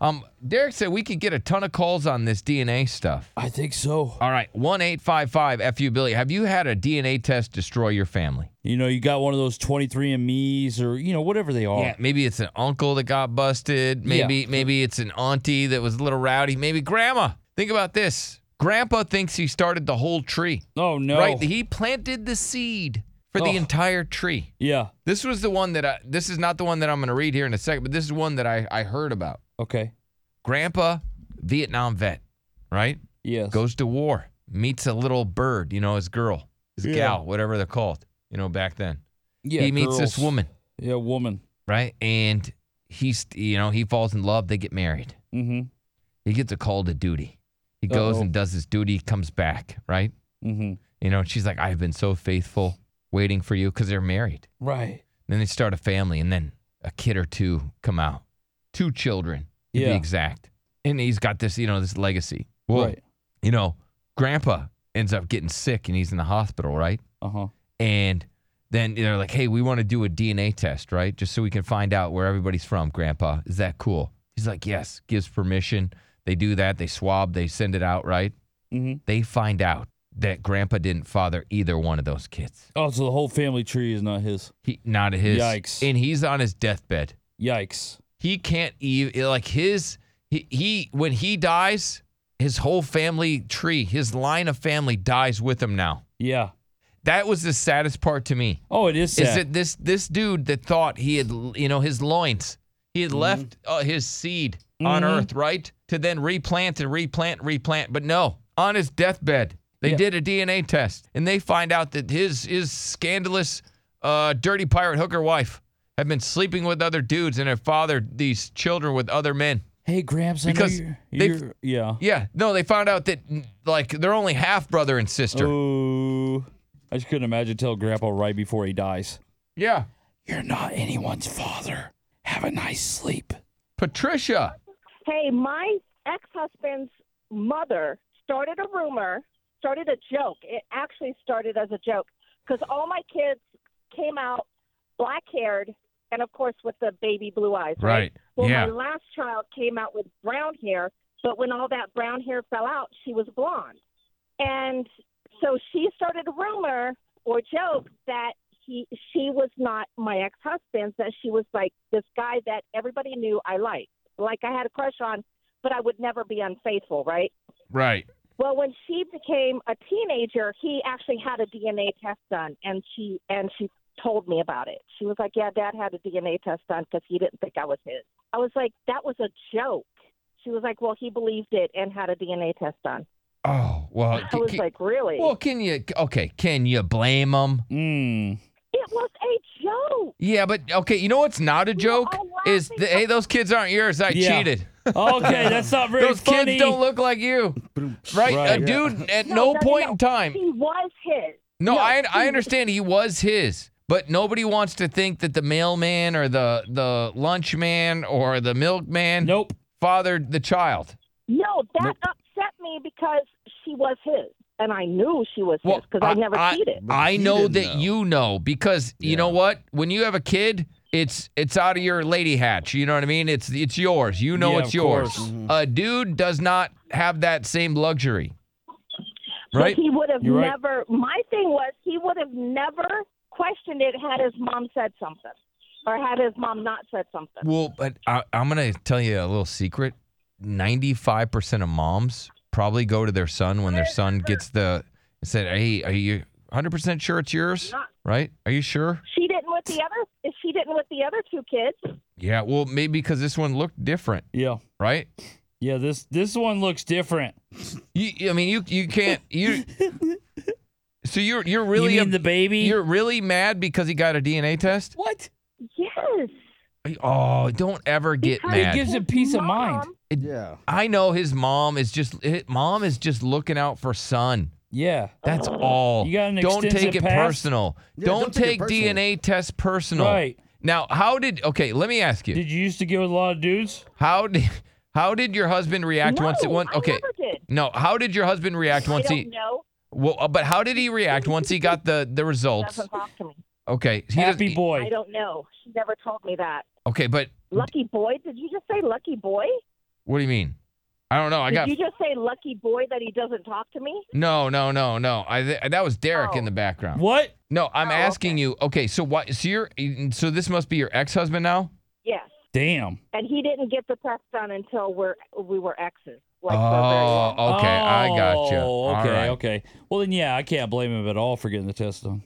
Um, Derek said we could get a ton of calls on this DNA stuff. I think so. All right, one eight five five FU Billy. Have you had a DNA test destroy your family? You know, you got one of those 23andMe's or, you know, whatever they are. Yeah, maybe it's an uncle that got busted. Maybe Oh. Yeah. maybe it's an auntie that was a little rowdy. Maybe grandma. Think about this. Grandpa thinks he started the whole tree. Oh, no. Right? He planted the seed for Oh. the entire tree. yeah. This was the one that I this is not the one that I'm gonna read here in a second, but this is one that I, I heard about. Okay. Grandpa, Vietnam vet, right? Yes. Goes to war, meets a little bird, you know, his girl, his Yeah. gal, whatever they're called, you know, back then. yeah, he meets this girls. woman, Yeah, woman. right? And he's you know, he falls in love, they get married. Mm-hmm. He gets a call to duty. He goes Uh-oh. and does his duty, comes back, right? Mm-hmm. You know, and she's like, I've been so faithful waiting for you because they're married. Right. Then they start a family, and then a kid or two come out. Two children, to be Yeah. exact. And he's got this, you know, this legacy. Well, Right. you know, grandpa ends up getting sick and he's in the hospital, right? Uh-huh. And then they're like, hey, we want to do a DNA test, right? Just so we can find out where everybody's from, grandpa. Is that cool? He's like, yes, gives permission. They do that. They swab, they send it out, right? Mm-hmm. They find out that grandpa didn't father either one of those kids. Oh, so the whole family tree is not his. He, not his. Yikes. And he's on his deathbed. Yikes. he can't even like his he, he when he dies his whole family tree his line of family dies with him now Yeah. that was the saddest part to me Oh, it is sad. is that this this dude that thought he had you know his loins he had left uh, his seed on Mhm. earth right to then replant and replant replant but no on his deathbed they Yeah. did a dna test and they find out that his his scandalous uh, dirty pirate hooker wife had been sleeping with other dudes and had fathered these children with other men Hey, Gramps, I Because know you're, they've- you're yeah. yeah no they found out that like they're only half brother and sister Oh, I just couldn't imagine telling Grandpa right before he dies. yeah You're not anyone's father. Have a nice sleep. patricia Hey, my ex husband's mother started a rumor, started a joke. It actually started as a joke because all my kids came out black haired and, of course, with the baby blue eyes. Right. Right, Well, yeah. my last child came out with brown hair, but when all that brown hair fell out, she was blonde. And so she started a rumor or joke that he she was not my ex husband, that she was like this guy that everybody knew I liked. Like I had a crush on, but I would never be unfaithful, right? right Well, when she became a teenager, he actually had a DNA test done, and she and she told me about it. She was like, "Yeah, Dad had a DNA test done because he didn't think I was his." I was like, "That was a joke." She was like, "Well, he believed it and had a DNA test done." oh well I c- was c- like, "Really?" Well, can you okay? Can you blame them? Mmm. it was a joke. Yeah, but okay. You know what's not a joke all is laughing. the, hey, those kids aren't yours. I Yeah. cheated. Okay, that's not very Those funny. kids don't look like you, right? Right. A dude at No, no, no, point no. in time. He was his. No, No, I I he- understand he was his, but nobody wants to think that the mailman or the the lunch man or the milkman nope. fathered the child. No, that Nope. upset me because she was his, and I knew she was Well, his because I, I- never I- cheated. But I he know didn't that know. you know because you know what? When you have a kid, it's it's out of your lady hatch. You know what I mean? It's it's yours. You know Yeah, it's of yours. A course. dude does not have that same luxury. Right? But he would have You're right. never. My thing was he would have never questioned it had his mom said something, or had his mom not said something. Well, but I, I'm gonna tell you a little secret. Ninety-five percent of moms probably go to their son when their son gets the and said, "Hey, are you 100 percent sure it's yours? Right? Are you sure? She didn't with the other. She didn't with the other two kids. Yeah. Well, maybe because this one looked different, Yeah. right? Yeah, this this one looks different. You, I mean, you you can't you. So you're you're really you up- mean the baby? you're really mad because he got a DNA test? what? Yes. Oh, don't ever get Because mad. It gives his him peace of mind. mom- Yeah. I know his mom is just his mom is just looking out for son. Yeah. That's all. Oh. You got an Oh. don't take extensive it past? personal. Yeah, don't, don't take it take, personal. DNA tests personal. Right. Now, how did okay, let me ask you. Did you used to get with a lot of dudes? how did how did your husband react no, once it one I okay. never did. No, how did your husband react I once don't he know. well, uh, but how did he react once he got the the results? Doesn't talk to me. Okay. He e- does- Happy I boy. don't know. She never told me that. Okay, but Lucky boy? Did you just say lucky boy? What do you mean? I don't know. I Did got you just say lucky boy that he doesn't talk to me? no, no, no, no. I th- that was Derek in Oh. the background. What? No, I'm Oh, asking you. Okay, so what? So you're so this must be your ex-husband now. Yes. Damn. And he didn't get the test done until we're we were exes. Like for a very oh, long- okay, I got gotcha. you. Oh, okay, okay. Well, then, yeah, I can't blame him at all for getting the test done.